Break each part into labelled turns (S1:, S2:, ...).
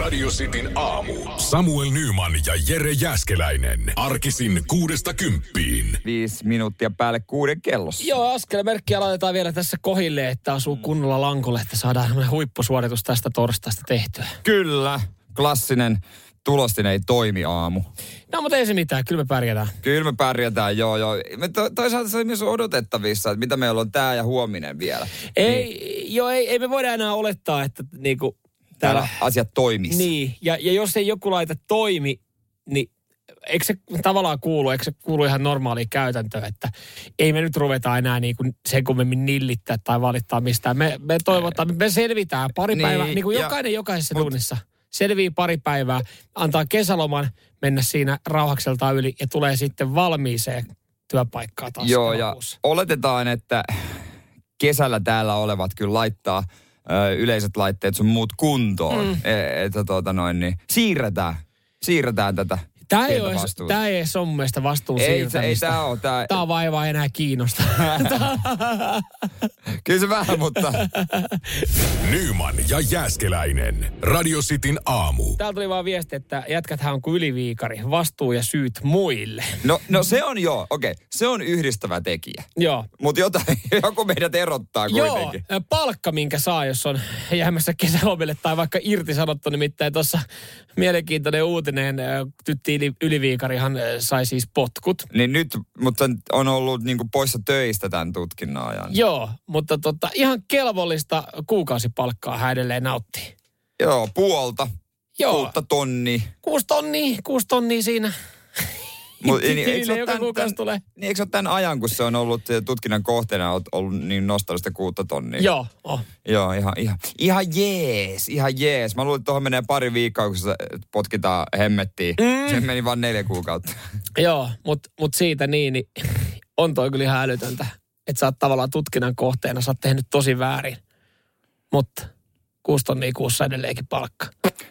S1: Radio Cityn aamu. Samuel Nyman ja Jere Jäskeläinen. Arkisin kuudesta kymppiin.
S2: Viisi minuuttia päälle kuuden kellossa.
S3: Joo, askelmerkkiä laitetaan vielä tässä kohille, että asuu kunnolla lankulle, että saadaan semmoinen huippusuoritus tästä torstaista tehtyä.
S2: Kyllä, klassinen tulostin ei toimi aamu.
S3: No, mutta ei se mitään, kyllä me pärjätään.
S2: Kyllä me pärjätään, joo joo. Me to, toisaalta se oli myös odotettavissa, että mitä meillä on tää ja huominen vielä.
S3: Ei, niin. joo, ei, ei me voida enää olettaa, että niinku
S2: Täällä asiat toimis.
S3: Niin, ja, ja jos ei joku laite toimi, niin eikö se tavallaan kuulu, eikö se kuulu ihan normaaliin käytäntöön, että ei me nyt ruveta enää niin kuin sen kummemmin nillittää tai valittaa mistään. Me, me toivotaan, me selvitään pari
S2: Niin,
S3: niin, päivää, niin kuin
S2: ja-
S3: jokainen jokaisessa mut, tunnissa. Selvii pari päivää, antaa kesäloman mennä siinä rauhakseltaan yli ja tulee sitten valmiiseen työpaikkaa taas.
S2: Joo, ja
S3: elokuussa.
S2: oletetaan, että kesällä täällä olevat kyllä laittaa ö, yleiset laitteet sun muut kuntoon. Mm. Että tuota noin, niin siirretään, siirretään tätä.
S3: Tämä ei,
S2: pientä
S3: ole, edes-
S2: vastuuta.
S3: tämä ei edes ole mun mielestä vastuun
S2: ei, se- ei
S3: siirtämistä.
S2: tämä ole. Tää,
S3: Tämä vaivaa ei enää kiinnosta.
S2: kyllä se vähän, mutta
S1: Nyman ja Jäskeläinen. Radio Cityn aamu.
S3: Täältä tuli vaan viesti, että jätkäthän on kuin yliviikari. Vastuu ja syyt muille.
S2: no, no se on joo, okei, okay, se on yhdistävä tekijä.
S3: Joo.
S2: Mutta jotain, joku meidät erottaa
S3: Joo,
S2: kuitenkin.
S3: ö, palkka minkä saa, jos on jäämässä kesälomille tai vaikka irtisanottu. Nimittäin tuossa mielenkiintoinen uutinen. ö, Tytti Yli- Yliviikarihan ö, sai siis potkut.
S2: Niin nyt, mutta on ollut niinku poissa töistä tämän tutkinnan ajan.
S3: Joo, mutta tota, ihan kelvollista kuukausipalkkaa hän edelleen nautti.
S2: Joo, puolta,
S3: Joo.
S2: kuutta tonni.
S3: Kuusi tonnia, kuusi tonnia siinä.
S2: Mut,
S3: Tilille joka kuukausi tulee.
S2: Niin, eikö se ole tämän ajan, kun se on ollut eh, tutkinnan kohteena, oot ollut niin nostanut sitä kuutta tonnia?
S3: Joo, oh.
S2: Joo, ihan, ihan, ihan jees, ihan jees. Mä luulin, että tuohon menee pari viikkoa, kun se potkitaan hemmettiin. Mm. Se meni vain neljä kuukautta.
S3: Joo, mutta mut siitä niin, niin on toi kyllä ihan älytöntä. Että sä oot tavallaan tutkinnan kohteena, sä oot tehnyt tosi väärin. Mutta kuusi tonnia kuussa edelleenkin palkka.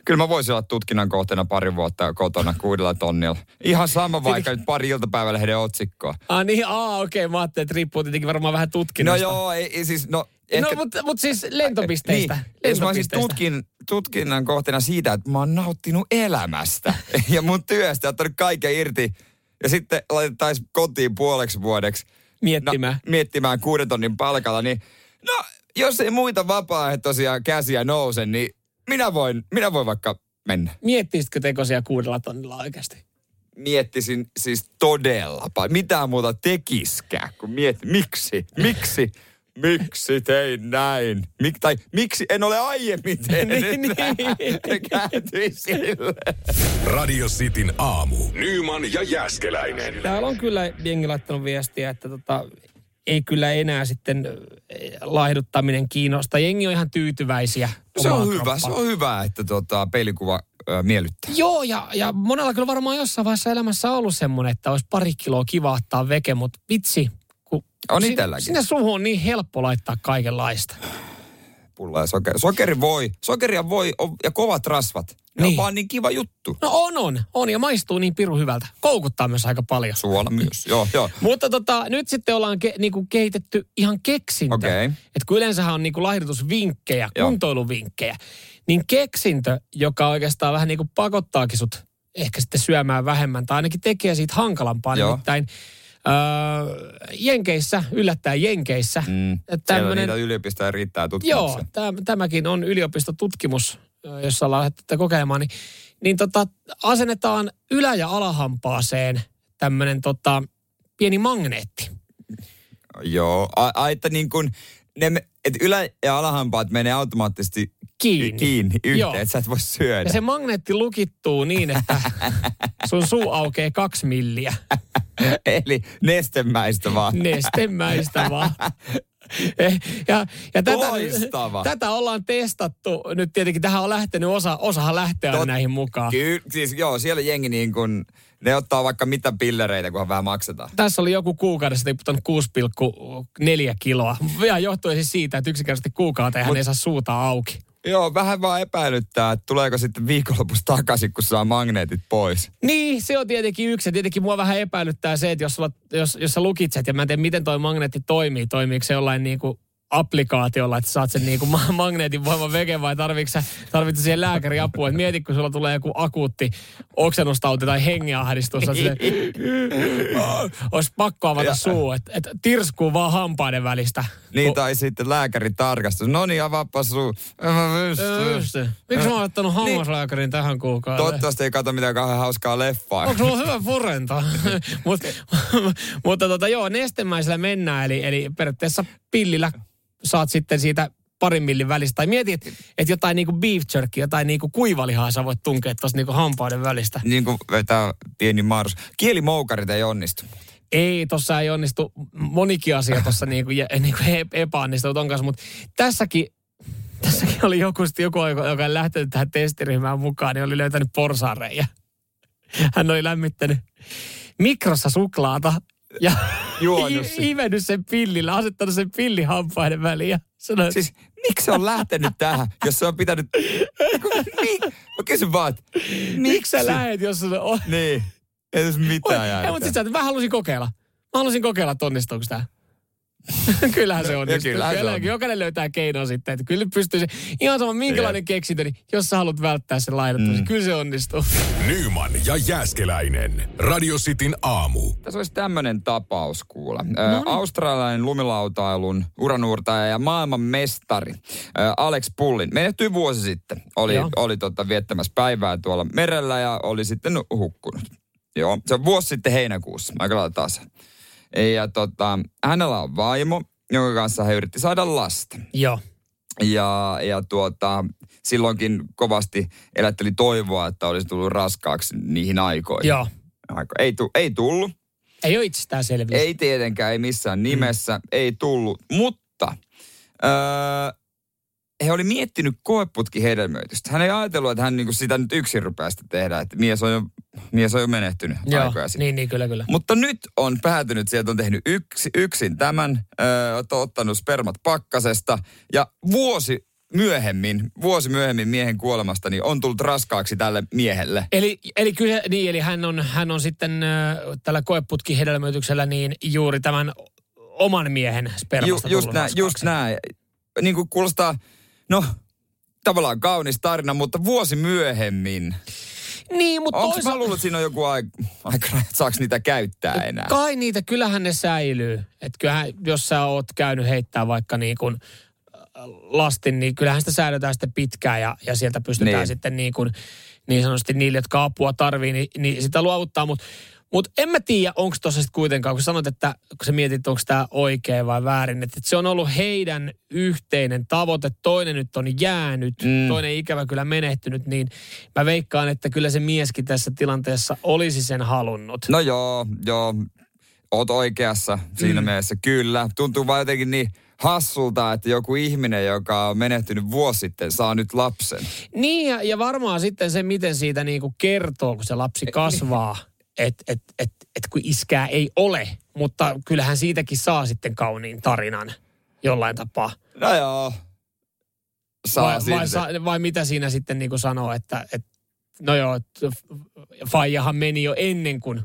S2: Kyllä mä voisin olla tutkinnan kohteena pari vuotta kotona kuudella tonnilla. Ihan sama vaikka nyt pari iltapäivällä heidän otsikkoa.
S3: Ah niin, aa okei, okay, mä ajattelin, että riippuu tietenkin varmaan vähän
S2: No
S3: tutkinnosta.
S2: joo, ei, ei siis, no...
S3: no mutta mut siis lentopisteistä.
S2: niin, jos mä olisin
S3: lentopisteistä.
S2: tutkin, tutkinnan kohteena siitä, että mä oon nauttinut elämästä ja mun työstä, ottanut kaiken irti ja sitten laitettaisiin kotiin puoleksi vuodeksi.
S3: Miettimään.
S2: No, miettimään kuuden tonnin palkalla, niin no, jos ei muita vapaaehtoisia käsiä nouse, niin minä voin, minä voin vaikka mennä.
S3: Miettisitkö tekosia kuudella tonnilla oikeasti?
S2: miettisin siis todella paljon. Mitään muuta tekiskään kuin miet, miksi, miksi, miksi tein näin? Mik, tai miksi en ole aiemmin tehnyt
S3: Niin, niin.
S2: Kääntyin sille.
S1: Radio Cityn aamu. Nyman ja Jäskeläinen.
S3: Täällä on kyllä jengi laittanut viestiä, että tota, ei kyllä enää sitten ö, laihduttaminen kiinnosta. Jengi on ihan tyytyväisiä.
S2: Se on
S3: omaan
S2: hyvä, se
S3: kroppaan.
S2: on hyvä, että tota, pelikuva ö, miellyttää.
S3: Joo, ja, ja monella kyllä varmaan jossain vaiheessa elämässä on ollut semmoinen, että olisi pari kiloa kiva ottaa veke, mutta vitsi. Kun
S2: On
S3: sin-
S2: itselläkin.
S3: Sinne suuhun on niin helppo laittaa kaikenlaista.
S2: Pulla ja sokeri. Sokeri voi, sokeria voi on- ja kovat rasvat. Ne on
S3: Niin.
S2: vaan niin kiva juttu.
S3: No on, on, on ja maistuu niin piru hyvältä. Koukuttaa myös aika paljon.
S2: Suola myös, joo, joo.
S3: Mutta tota, nyt sitten ollaan ke, niinku kehitetty ihan keksintö.
S2: Okei.
S3: Et kun yleensähän on niinku laihdutusvinkkejä,
S2: Joo.
S3: kuntoiluvinkkejä, niin keksintö, joka oikeastaan vähän niinku pakottaakin sut ehkä sitten syömään vähemmän, tai ainakin tekee siitä hankalampaa.
S2: Joo.
S3: Nimittäin öö, Jenkeissä, yllättäen Jenkeissä,
S2: Mm. Siellä
S3: tämmönen-
S2: niitä yliopistoja riittää
S3: Joo,
S2: tutkimukseen.
S3: täm- tämäkin on yliopistotutkimus, ö, jossa ollaan lähdetty tätä kokeilemaan, niin, niin tota, asennetaan ylä- ja alahampaaseen tämmöinen tota, pieni magneetti.
S2: Joo, a, a, että niin kuin ne, me- et ylä- ja alahampaat menee automaattisesti
S3: Kiinni.
S2: kiinni yhteen,
S3: Joo.
S2: että sä et voi syödä.
S3: Ja
S2: Se...
S3: se magneetti lukittuu niin, että sun suu aukeaa kaksi milliä
S2: Eli nestemäistä vaan.
S3: nestemäistä vaan. Eh, Ja, ja tätä,
S2: Loistava.
S3: tätä ollaan testattu. Nyt tietenkin tähän on lähtenyt, osa, osahan lähtee aina
S2: Tot-
S3: näihin mukaan.
S2: Ky- siis joo, siellä jengi niin kuin, ne ottaa vaikka mitä pillereitä, kunhan vähän maksetaan.
S3: tässä oli joku kuukaudessa tiputtanut 6,4 kiloa. Vielä johtuen siis siitä, että yksinkertaisesti kuukauteen hän ei saa suuta auki.
S2: Joo, vähän vaan epäilyttää, että tuleeko sitten viikonlopussa takaisin, kun saa magneetit pois.
S3: Niin, se on tietenkin yksi. Ja tietenkin mua vähän epäilyttää se, että jos, sulla, jos, jos sä lukitset, ja mä en tiedä, miten toi magneetti toimii, toimiiko se jollain niin kuin applikaatiolla, että saat sen niin kuin magneetin voiman veke vai tarvitset tarvitset siihen lääkäri apua. Et mieti, kun sulla tulee joku akuutti oksennustauti tai hengenahdistus, että se olisi pakko avata
S2: Ja.
S3: suu, että et tirskuu vaan hampaiden välistä.
S2: Niin,
S3: Kun-
S2: tai sitten lääkärin tarkastus. No niin, avaappa suu. En mä pysty.
S3: Just Niin. se. Miksi mä oon ottanut hammaslääkärin tähän kuukauteen?
S2: Toivottavasti ei kato mitään kauhean hauskaa leffaa.
S3: Onko sulla hyvä purenta? Mut, mutta tota, joo, nestemäisellä mennään, eli, eli periaatteessa pillillä saat sitten siitä parin millin välistä. Tai mieti, että et jotain niinku beef jerky, jotain niinku kuivalihaa sä voit tunkea tuossa niinku hampaiden välistä.
S2: Niin kuin vetää pieni mahdollis. Kielimoukarit ei onnistu.
S3: Ei, tossa ei onnistu monikin asia tuossa niinku, jä- niinku e- epäonnistunut on kanssa, mutta tässäkin Tässäkin oli joku, sit joku, joka joka ei lähtenyt tähän testiryhmään mukaan, niin oli löytänyt porsareja. Hän oli lämmittänyt mikrossa suklaata ja
S2: Juonut
S3: i-
S2: sitä.
S3: ivennyt sen pillillä, asettanut sen pillin hampaiden väliin ja sanoi, siis,
S2: Siis miksi se on lähtenyt tähän, jos se on pitänyt... Mik... Mä kysyn vaan, että
S3: miksi sä lähet, jos sulla on...
S2: Niin. Ei tässä mitään
S3: Ei, mutta
S2: järkeä.
S3: sitten mä halusin kokeilla. Mä halusin kokeilla, että onnistuuko tämä. kyllähän se onnistuu.
S2: kyllähän se on.
S3: Jokainen löytää keinon sitten. Että kyllä pystyy se, ihan sama minkälainen keksintö, niin jos sä haluat välttää sen lainattamisen, mm. kyllä se onnistuu.
S1: Nyman ja Jääskeläinen. Radio Cityn aamu.
S2: Tässä olisi tämmöinen tapaus kuulla. Ö, australialainen lumilautailun uranuurtaja ja maailman mestari ö, Alex Pullin menehtyi vuosi sitten. Oli,
S3: Joo.
S2: oli tota, viettämässä päivää tuolla merellä ja oli sitten hukkunut. Joo, se on vuosi sitten heinäkuussa. Aika lailla taas. Ja tota, hänellä on vaimo, jonka kanssa hän yritti saada lasta.
S3: Joo.
S2: Ja, ja tuota, silloinkin kovasti elätteli toivoa, että olisi tullut raskaaksi niihin aikoihin.
S3: Joo.
S2: Aiko- Ei, tu- ei tullut.
S3: Ei ole itsestäänselvyys.
S2: Ei tietenkään, ei missään nimessä,
S3: Mm.
S2: ei tullut. Mutta öö, he oli miettinyt koeputkihedelmöitystä. Hän ei ajatellut, että hän niinku sitä nyt yksin rupeaa sitä tehdä. Että mies on jo, mies on jo menehtynyt
S3: Joo,
S2: aikoja sitten.
S3: niin, niin, kyllä, kyllä.
S2: Mutta nyt on päätynyt, sieltä on tehnyt yksi, yksin tämän, öö, on ottanut spermat pakkasesta ja vuosi myöhemmin, vuosi myöhemmin miehen kuolemasta, niin on tullut raskaaksi tälle miehelle.
S3: Eli, eli, kyllä, niin, eli hän, on, hän on sitten äh, tällä koeputkihedelmöityksellä niin juuri tämän oman miehen spermasta
S2: just
S3: tullut
S2: näin, just
S3: raskaaksi.
S2: näin. Niin kuin kuulostaa, no tavallaan kaunis tarina, mutta vuosi myöhemmin.
S3: Niin, mutta
S2: Onko mä
S3: toisaalta...
S2: luullut, että siinä on joku aika, aika että saako niitä käyttää enää?
S3: Kai niitä, kyllähän ne säilyy. Että kyllähän, jos sä oot käynyt heittää vaikka niin kuin äh, lastin, niin kyllähän sitä säädetään sitten pitkään ja, ja sieltä pystytään
S2: Niin.
S3: sitten niin kuin niin sanotusti niille, jotka apua tarvii, niin, niin sitä luovuttaa. Mutta mut en mä tiedä, onko tuossa sitten kuitenkaan, kun sanoit, että kun sä mietit, onko tämä oikein vai väärin, että se on ollut heidän yhteinen tavoite, toinen nyt on jäänyt,
S2: Mm.
S3: mm. toinen ikävä kyllä menehtynyt, niin mä veikkaan, että kyllä se mieskin tässä tilanteessa olisi sen halunnut.
S2: No joo, joo. Oot oikeassa siinä mm. mielessä, kyllä. Tuntuu vaan jotenkin niin hassulta, että joku ihminen, joka on menehtynyt vuosi sitten, saa nyt lapsen.
S3: Niin, ja, ja varmaan sitten se, miten siitä niinku kertoo, kun se lapsi kasvaa, että et, et, et kun iskää ei ole, mutta kyllähän siitäkin saa sitten kauniin tarinan jollain tapaa.
S2: No joo. Saa
S3: Vai,
S2: silti.
S3: vai, sa- vai mitä siinä sitten niinku sanoo, että et, no joo, et, f- faijahan meni jo ennen kuin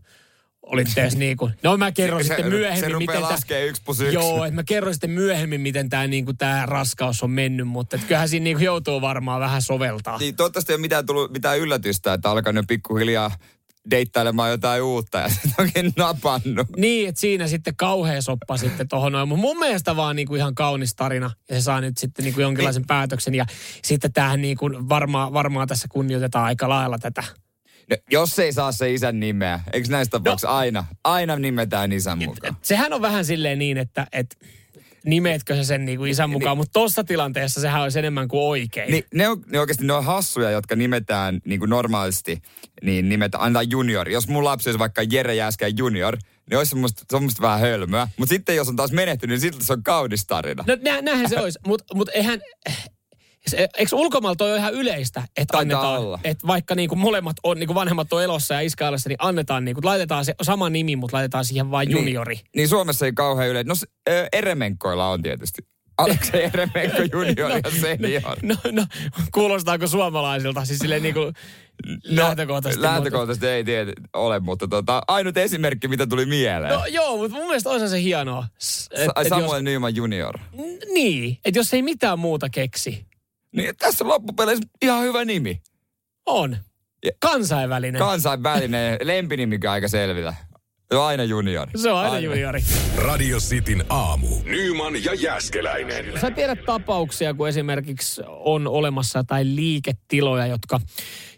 S3: olitte edes niinku, no mä kerron sitten
S2: se
S3: myöhemmin,
S2: rupeaa
S3: miten tää-
S2: laskee yksi plus yksi.
S3: Joo, että mä kerron sitten myöhemmin, miten tämä niinku, tää raskaus on mennyt, mutta et kyllähän siinä niinku joutuu varmaan vähän soveltaa.
S2: Niin, toivottavasti ei ole mitään tullut mitään yllätystä, että alkanut pikkuhiljaa deittailemaan jotain uutta ja sitten onkin napannut.
S3: Niin, että siinä sitten kauhea soppa sitten tohon noin. Mutta mun mielestä vaan niinku ihan kaunis tarina. Ja se saa nyt sitten niinku jonkinlaisen
S2: Niin.
S3: päätöksen. Ja sitten tämähän niinku varmaan varmaa tässä kunnioitetaan aika lailla tätä.
S2: No, jos ei saa se isän nimeä, eikö näistä
S3: No.
S2: tapauksissa aina, aina nimetään isän mukaan?
S3: Et sehän on vähän silleen niin, että et nimeetkö se sen niinku isän mukaan. Mutta tuossa tilanteessa sehän olisi enemmän kuin oikein.
S2: Niin, ne, on, ne oikeasti ne on hassuja, jotka nimetään niin kuin normaalisti, niin nimetään, annetaan juniori. Jos mun lapsi olisi vaikka Jere Jääskän junior, niin olisi semmoista, semmoista vähän hölmöä. Mutta sitten jos on taas menehtynyt, niin sitten se on kaunis tarina.
S3: No nä, näinhän se olisi, mutta mut eihän... se- Eikö ulkomailla toi ole ihan yleistä, että
S2: Taitaa
S3: annetaan,
S2: olla.
S3: että vaikka niinku molemmat on, niinku vanhemmat on elossa ja iskä elossa, niin annetaan, niinku, laitetaan se sama nimi, mutta laitetaan siihen vain juniori.
S2: Niin, niin Suomessa ei kauhean yleensä. No se- ö, Eremenkoilla on tietysti. Aleksei Eremenko junior ja senior.
S3: No, no, kuulostaako suomalaisilta? Siis silleen niin kuin lähtökohtaisesti.
S2: No, Lähtökohtaisesti ei tiedä ole, mutta tota, ainut esimerkki, mitä tuli mieleen.
S3: mutta- No joo, mutta mun mielestä olisi se hienoa. S- et-
S2: Sa-
S3: et
S2: Samuel Nyman junior.
S3: Jos, n- niin, että jos ei mitään muuta keksi,
S2: Niin, tässä on loppupeleissä ihan hyvä nimi.
S3: Niin. on.
S2: Ja-
S3: Kansainvälinen.
S2: Kansainvälinen lempinimikä aika selvitä. Se on aina junior.
S3: se on aina juniori.
S1: Radio Cityn aamu. Nyman ja Jääskeläinen.
S3: Sä tiedät tapauksia, kun esimerkiksi on olemassa jotain liiketiloja, jotka,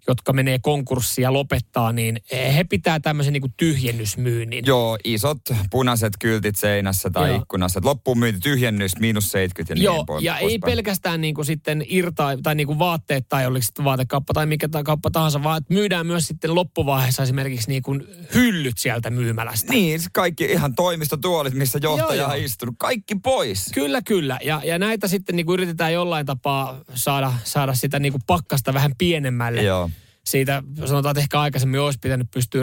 S3: jotka menee konkurssiin ja lopettaa, niin he pitää tämmöisen niin kuin tyhjennysmyynnin.
S2: Joo, isot punaiset kyltit seinässä tai
S3: Joo.
S2: ikkunassa. Et Loppuun myynti tyhjennys, miinus 70 ja niin
S3: Joo,
S2: pois-
S3: ja ei
S2: poispäin.
S3: pelkästään niin kuin sitten irta tai niin kuin vaatteet tai oliko sitten vaatekauppa tai mikä tai kauppa tahansa, vaan että myydään myös sitten loppuvaiheessa esimerkiksi niin kuin hyllyt sieltä myymälästä.
S2: Niin, se kaikki ihan toimistotuolit, missä johtaja
S3: Joo,
S2: on
S3: joo.
S2: istunut. Kaikki pois.
S3: Kyllä, kyllä. Ja, ja näitä sitten niin kuin yritetään jollain tapaa saada, saada sitä niin kuin pakkasta vähän pienemmälle.
S2: Joo.
S3: siitä sanotaan, että ehkä aikaisemmin olisi pitänyt pystyä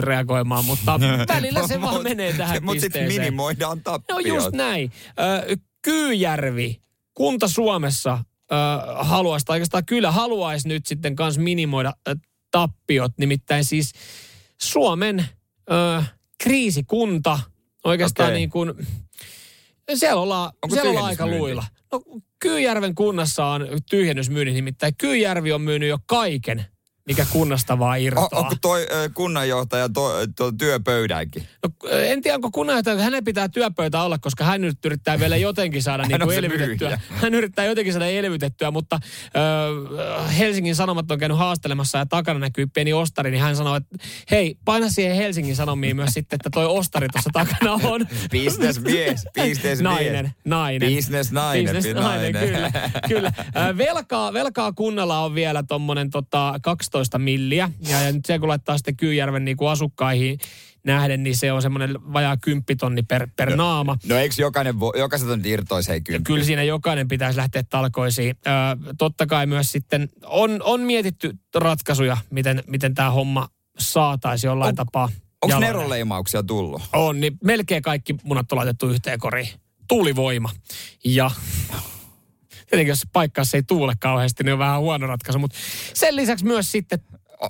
S3: reagoimaan, mutta välillä se vaan
S2: Mut-
S3: menee tähän
S2: Mut sitten
S3: pisteeseen.
S2: minimoidaan
S3: No
S2: tappiot.
S3: just näin. Ö, Kyyjärvi, kunta Suomessa ö, haluaisi, tai oikeastaan kyllä haluaisi nyt sitten kans minimoida ö, tappiot, nimittäin siis Suomen ö, kriisikunta oikeastaan
S2: Okei.
S3: niin kuin, siellä ollaan,
S2: Onko
S3: siellä ollaan aika
S2: tyhjennysmyynti?
S3: luilla. No Kyyjärven kunnassa on tyhjennysmyynnin, nimittäin Kyyjärvi on myynyt jo kaiken, mikä kunnasta vaan
S2: O-
S3: irtoaa.
S2: onko toi ö, kunnanjohtaja to, to, työpöydänkin?
S3: No, en tiedä, onko kunnanjohtaja, että hänen pitää työpöytä olla, koska hän nyt yrittää vielä jotenkin saada niin
S2: on
S3: kuin
S2: se
S3: elvytettyä.
S2: myyjä.
S3: Hän yrittää jotenkin saada elvytettyä, mutta ö, Helsingin Sanomat on käynyt haastelemassa ja takana näkyy pieni ostari, niin hän sanoi, että hei, paina siihen Helsingin Sanomiin myös sitten, että toi ostari tuossa takana on.
S2: Bisnesmies, bisnesmies.
S3: Nainen,
S2: Niin
S3: nainen.
S2: Bisnesnainen,
S3: Bisnesnainen,
S2: nainen.
S3: kyllä. kyllä. Ö, Velkaa, velkaa kunnalla on vielä tuommoinen tota 12 milliä. Ja, ja nyt se kun laittaa sitten Kyyjärven niinku asukkaihin nähden, niin se on semmoinen vajaa kymppitonni per, per naama.
S2: No eikö jokainen, vo- jokaiselta nyt irtoisi hei kyllä?
S3: Kyllä siinä jokainen pitäisi lähteä talkoisiin. Ö, totta kai myös sitten on, on mietitty ratkaisuja, miten, miten tämä homma saataisiin jollain
S2: On-
S3: tapaa.
S2: Onko
S3: jalalle.
S2: neronleimauksia tullut?
S3: On, niin melkein kaikki munat on laitettu yhteen koriin. Tuulivoima. Ja tietenkin jos paikkaassa ei tuule kauheasti, niin on vähän huono ratkaisu. Mutta sen lisäksi myös sitten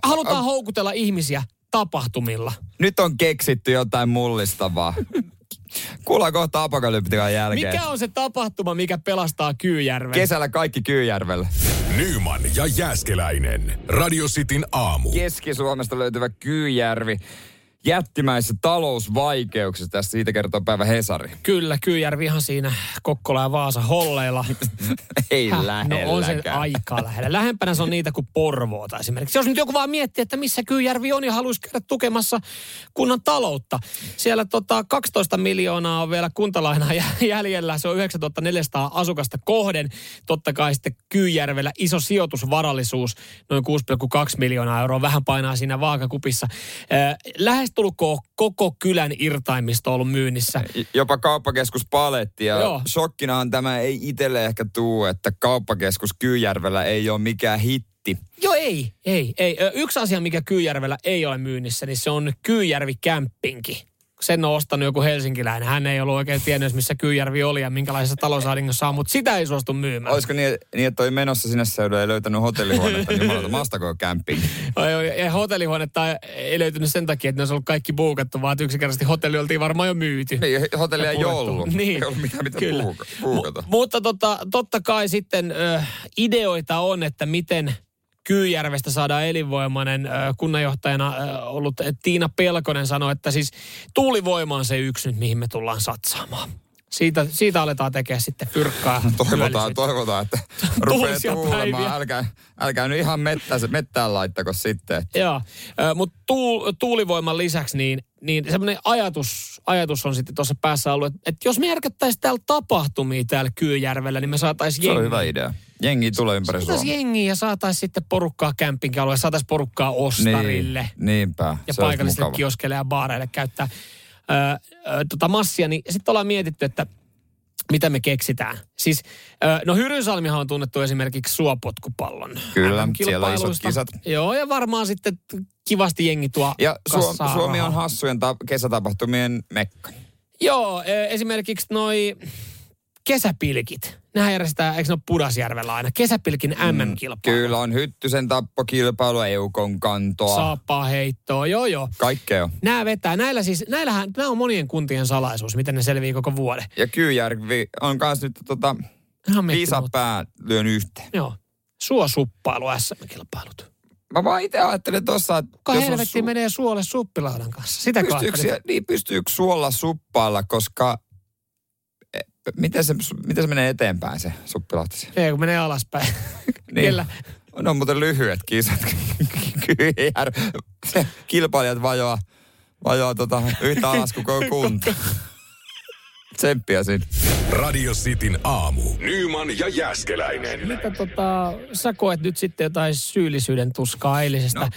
S3: halutaan houkutella ihmisiä tapahtumilla.
S2: Nyt on keksitty jotain mullistavaa. Kuullaan kohta apokalyptikan jälkeen.
S3: Mikä on se tapahtuma, mikä pelastaa Kyyjärven?
S2: Kesällä kaikki Kyyjärvellä.
S1: Nyman ja Jääskeläinen. Radio Cityn aamu.
S2: Keski-Suomesta löytyvä Kyyjärvi jättimäisissä talousvaikeuksissa. Tässä siitä kertoo päivä Hesari.
S3: Kyllä, Kyyjärvi ihan siinä Kokkola ja Vaasa holleilla.
S2: Ei
S3: Häh,
S2: lähelläkään.
S3: No on se aika lähellä. Lähempänä se on niitä kuin Porvoota esimerkiksi. Jos nyt joku vaan miettii, että missä Kyyjärvi on ja haluaisi käydä tukemassa kunnan taloutta. Siellä tota 12 miljoonaa on vielä kuntalainaa jä- jäljellä. Se on 9400 asukasta kohden. Totta kai sitten Kyyjärvellä iso sijoitusvarallisuus, noin 6,2 miljoonaa euroa. Vähän painaa siinä vaakakupissa. Eh, Lähestulkoon koko kylän irtaimisto on ollut myynnissä.
S2: Jopa kauppakeskus paletti ja
S3: Joo.
S2: Joo. shokkinahan tämä ei itselle ehkä tuu, että kauppakeskus Kyyjärvellä ei ole mikään hitti.
S3: Joo, ei, ei, ei. Ö, Yksi asia, mikä Kyyjärvellä ei ole myynnissä, niin se on Kyyjärvi kämppinki. Sen on ostanut joku helsinkiläinen. Hän ei ollut oikein tiennyt, edes, missä Kyyjärvi oli ja minkälaisessa talousahdingossa on, mutta sitä ei suostu myymään.
S2: Olisiko niin, niin että toi menossa sinne seudulle ei löytänyt hotellihuonetta, niin mä maastako kämppiin?
S3: Ai, ai, Ja hotellihuonetta ei löytynyt sen takia, että ne olisi ollut kaikki buukattu, vaan että yksinkertaisesti hotelli oltiin varmaan jo myyty.
S2: Niin, hotellia ei
S3: purettu.
S2: ollut.
S3: Niin.
S2: Ei ollut mitään, mitä
S3: Kyllä.
S2: puuka- puukata.
S3: Mu- mutta tota, totta kai sitten ö, ideoita on, että miten Kyyjärvestä saadaan elinvoimainen. Ö, kunnanjohtajana ö, ollut Tiina Pelkonen sanoi, että siis tuulivoima on se yksi nyt, mihin me tullaan satsaamaan. Siitä, siitä aletaan tekemään sitten pyrkkaa.
S2: Toivotaan,
S3: työllisyyttä.
S2: toivotaan, että rupeaa
S3: Tuhansia
S2: tuulemaan.
S3: siis. päiviä.
S2: Älkää, älkää nyt ihan mettään, mettään laittako sitten.
S3: Joo, mutta tuul, tuulivoiman lisäksi niin, niin semmoinen ajatus, ajatus on sitten tuossa päässä ollut, että, että jos me järkättäisiin täällä tapahtumia täällä Kyyjärvellä, niin me saataisiin
S2: Se
S3: jengi.
S2: on hyvä idea. Jengi tulee ympäri
S3: Saataisiin
S2: Suomea.
S3: jengiä ja saataisiin sitten porukkaa kämpinkialueelle, saataisiin porukkaa ostarille
S2: Niin, niinpä.
S3: ja
S2: se olisi
S3: paikallisille
S2: mukava.
S3: kioskeille ja baareille käyttää ö, ö, tota massia. Niin sitten ollaan mietitty, että mitä me keksitään. Siis, ö, no Hyrynsalmihan on tunnettu esimerkiksi suopotkupallon
S2: Kyllä,
S3: MM-kilpailuista.
S2: siellä on isot kisat.
S3: Joo, ja varmaan sitten kivasti jengi tuo
S2: Ja Suom-
S3: kassaan
S2: Suomi on
S3: rahaa.
S2: hassujen ta- kesätapahtumien mekka.
S3: Joo, ö, esimerkiksi e, noi kesäpilkit. Nämä järjestetään, eikö ne ole Pudasjärvellä aina? Kesäpilkin MM-kilpailu.
S2: Mm, Kyllä on hyttysen tappokilpailu, eukon kantoa.
S3: Saappaa heittoa, joo joo.
S2: Kaikkea on.
S3: Nämä vetää, näillä siis, näillähän, nämä on monien kuntien salaisuus, miten ne selviää koko vuoden.
S2: Ja Kyyjärvi on kanssa nyt tota,
S3: Ihan miettinyt,
S2: viisa
S3: mutta-
S2: pää lyön yhteen.
S3: Joo. Suosuppailu, SM-kilpailut.
S2: Mä vaan itse ajattelin tossa, että
S3: Kuka
S2: jos on
S3: helvetti
S2: su-
S3: menee suolle suppilaudan kanssa? Sitä
S2: pystyykö,
S3: kautta.
S2: siellä- niin pystyykö suolla suppailla, koska e, miten se, miten se menee eteenpäin se suppilahti? siellä?
S3: Ei, kun menee alaspäin.
S2: Niin.
S3: Kyllä.
S2: Ne on muuten lyhyet kisat. Kyyjär. Se kilpailijat vajoaa, vajoaa tota yhtä alas kuin koko kunta. Tsemppiä sinne.
S1: Radio Cityn aamu. Nyman ja Jääskeläinen.
S3: Mitä tota, sä koet nyt sitten jotain syyllisyyden tuskaa eilisestä no.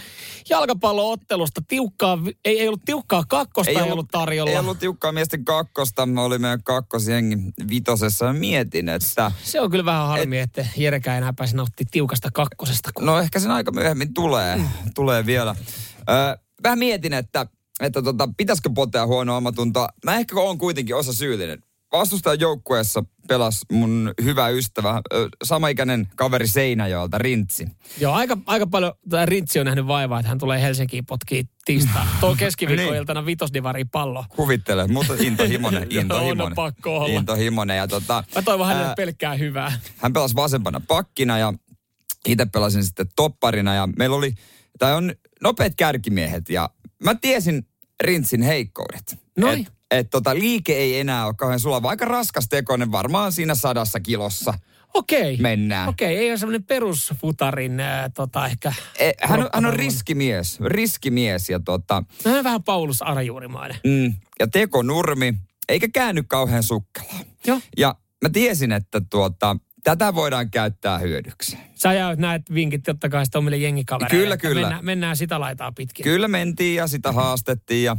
S3: jalkapalloottelusta? Tiukkaa, vi- ei, ei ollut tiukkaa kakkosta, ei, ei ollut tarjolla.
S2: Ei ollut tiukkaa miesten kakkosta. Mä olin meidän kakkosjengin vitosessa ja mietin, että
S3: Se on kyllä vähän harmi, että Jerkä ei enää pääse nauttimaan tiukasta kakkosesta. Kun...
S2: no ehkä sen aika myöhemmin tulee,
S3: Mm.
S2: tulee vielä. Ö, vähän mietin, että, että tota, pitäisikö potea huonoa omatuntoa. Mä ehkä oon kuitenkin osa syyllinen. Vastustajan joukkueessa pelas mun hyvä ystävä, ö, samaikäinen kaveri Seinäjoelta, Rintsi.
S3: Joo, aika, aika paljon tämä Rintsi on nähnyt vaivaa, että hän tulee Helsinkiin potkiin tiistaina. Tuo
S2: Niin.
S3: keskiviikkoiltana vitosdivariin pallo.
S2: Kuvittele, mutta intohimoinen,
S3: Joo,
S2: intohimoinen.
S3: no pakko olla.
S2: Intohimoinen ja tota,
S3: Mä toivon hänelle
S2: ää,
S3: pelkkää hyvää.
S2: hän pelasi vasempana pakkina ja itse pelasin sitten topparina ja meillä oli, tai on nopeat kärkimiehet ja mä tiesin Rintsin heikkoudet.
S3: Noi.
S2: Et, et tota, liike ei enää ole kauhean sulava, aika raskas tekoinen, varmaan siinä sadassa kilossa.
S3: Okei.
S2: Mennään.
S3: Okei, ei ole semmoinen perusfutarin äh, tota, ehkä...
S2: E, hän, on, hän on
S3: Roppanen.
S2: riskimies, riskimies ja tota,
S3: No, Hän on vähän Paulus Arjuurimainen.
S2: mm, ja teko nurmi, eikä käänny kauhean sukkelaan.
S3: Joo.
S2: Ja mä tiesin, että tuota, tätä voidaan käyttää hyödyksi.
S3: Sä jaoit näet vinkit totta kai sitten omille jengikavereille.
S2: Kyllä,
S3: että
S2: kyllä.
S3: Mennään, mennään sitä laitaa pitkin.
S2: Kyllä mentiin ja sitä haastettiin ja,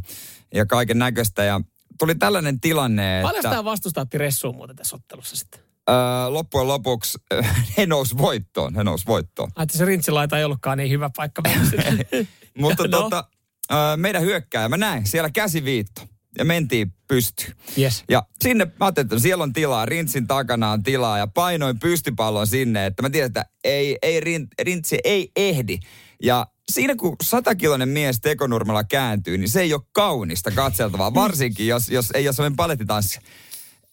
S2: ja kaiken näköistä. Ja tuli tällainen tilanne,
S3: Paljon
S2: että
S3: sitä vastustaatti ressuun muuten tässä ottelussa sitten.
S2: ää, loppujen lopuksi äh, he nousi voittoon. He nousi voittoon.
S3: Ai, että se rintsilaita ei ollutkaan niin hyvä paikka. mennä sinne.
S2: Mutta
S3: No.
S2: no. tota, ää, meidän hyökkääjä, mä näin, siellä käsiviitto. Ja mentiin pystyyn.
S3: yes.
S2: Ja sinne mä ajattelin, että siellä on tilaa, rintsin takana on tilaa ja painoin pystypallon sinne, että mä tiedän, että ei, ei rint, rintsi ei ehdi. Ja siinä kun satakiloinen mies tekonurmalla kääntyy, niin se ei ole kaunista katseltavaa, varsinkin jos, jos ei ole sellainen palettitanssi.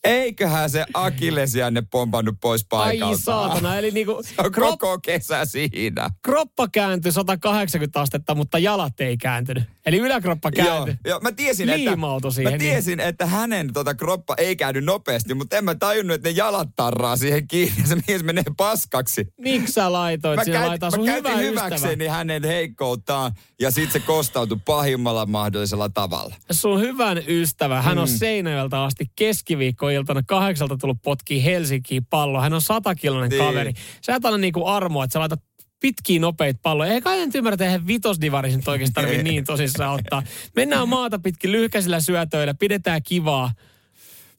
S2: Eiköhän se Akilles jänne pompannut pois paikalta.
S3: Ai saatana, eli niinku krop,
S2: Koko kesä siinä.
S3: kroppa kääntyi 180 astetta, mutta jalat ei kääntynyt. Eli yläkroppa kääntyi.
S2: Joo, joo, mä tiesin,
S3: Liimautui
S2: että,
S3: siihen,
S2: mä
S3: niin.
S2: tiesin että hänen tota, kroppa ei käydy nopeasti, mutta en mä tajunnut, että ne jalat tarraa siihen kiinni ja se mies menee paskaksi.
S3: Miksi sä laitoit?
S2: Mä,
S3: Sinä
S2: käyt,
S3: laitaa
S2: mä
S3: sun hyvä
S2: käytin
S3: ystävä.
S2: hyväkseni hänen heikkouttaan ja sitten se kostautui pahimmalla mahdollisella tavalla.
S3: sun hyvän ystävä, hän
S2: Mm.
S3: on Seinäjoelta asti keskiviikkoiltana kahdeksalta tullut potki Helsinkiin pallo. Hän on satakiloinen
S2: Niin.
S3: kaveri. Sä et anna niinku armoa, että sä laitat pitkiä nopeita palloja. Ei kai nyt ymmärrä, että eihän vitosdivarisin nyt oikeastaan tarvi niin tosissaan ottaa. Mennään maata pitkin lyhkäisillä syötöillä, pidetään kivaa.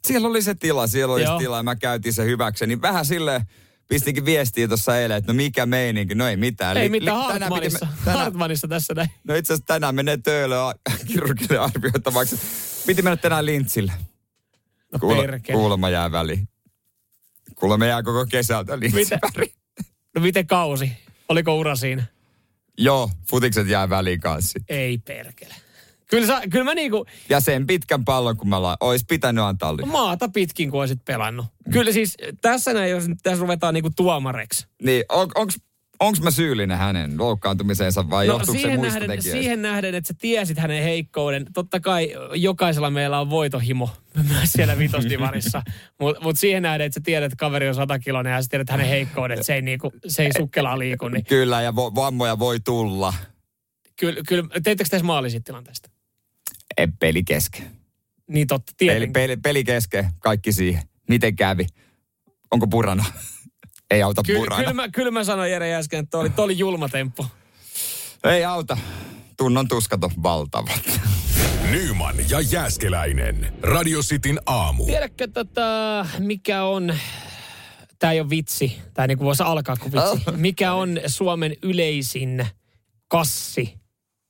S2: Siellä oli se tila, siellä oli
S3: Joo.
S2: se tila ja mä käytin se hyväkseni. Vähän sille pistinkin viestiä tuossa eilen, että no mikä meininki, no ei mitään.
S3: Ei
S2: Li-
S3: mitään,
S2: li- tänään piti me-
S3: Hartmanissa.
S2: tänään-
S3: Hartmanissa tässä näin.
S2: No itse asiassa tänään menee töölö kirurgille arvioitavaksi. Piti mennä tänään lintsille.
S3: No
S2: Kuule,
S3: perkele.
S2: kuulemma jää väliin. Kuulemma jää koko kesältä niin
S3: Mitä?
S2: lintsiväri.
S3: No miten kausi? Oliko ura siinä?
S2: Joo, futikset jää väliin kanssa.
S3: Ei perkele. Kyllä, sä, kyllä mä niinku,
S2: Ja sen pitkän pallon, kun mä la- ois pitänyt antaa lyö.
S3: maata pitkin, kun olisit pelannut. Kyllä siis tässä näin, jos nyt tässä ruvetaan niinku tuomareksi.
S2: Niin, on, onks, onks mä syyllinen hänen loukkaantumiseensa vai no, johtuuko se
S3: siihen
S2: muista
S3: nähden,
S2: tekijöistä?
S3: siihen nähden, että sä tiesit hänen heikkouden. Totta kai jokaisella meillä on voitohimo myös siellä vitosdivarissa. Mutta mut siihen nähden, että sä tiedät, että kaveri on satakiloinen ja sä tiedät hänen heikkouden, että se ei, niinku, se ei sukkelaa liiku. Niin
S2: Kyllä, ja vo- vammoja voi tulla.
S3: kyllä, kyllä, teittekö tässä maali siitä tilanteesta?
S2: Ei, E, peli kesken.
S3: Niin totta,
S2: Peli,
S3: tietenkin.
S2: peli, peli kesken, kaikki siihen. Miten kävi? Onko purana? Ei auta
S3: Kyllä,
S2: purana.
S3: kyllä, mä, kyllä mä sanoin Jere äsken, että toi oli, toi oli julma temppu.
S2: Ei auta. Tunnon tuskat on valtavat.
S1: Nyman ja Jääskeläinen. Radio Cityn aamu.
S3: Tiedätkö, tota, mikä on, tämä ei ole vitsi, niinku tämä
S2: Oh.
S3: niin voisi alkaa kuin vitsi, mikä on Suomen yleisin kassi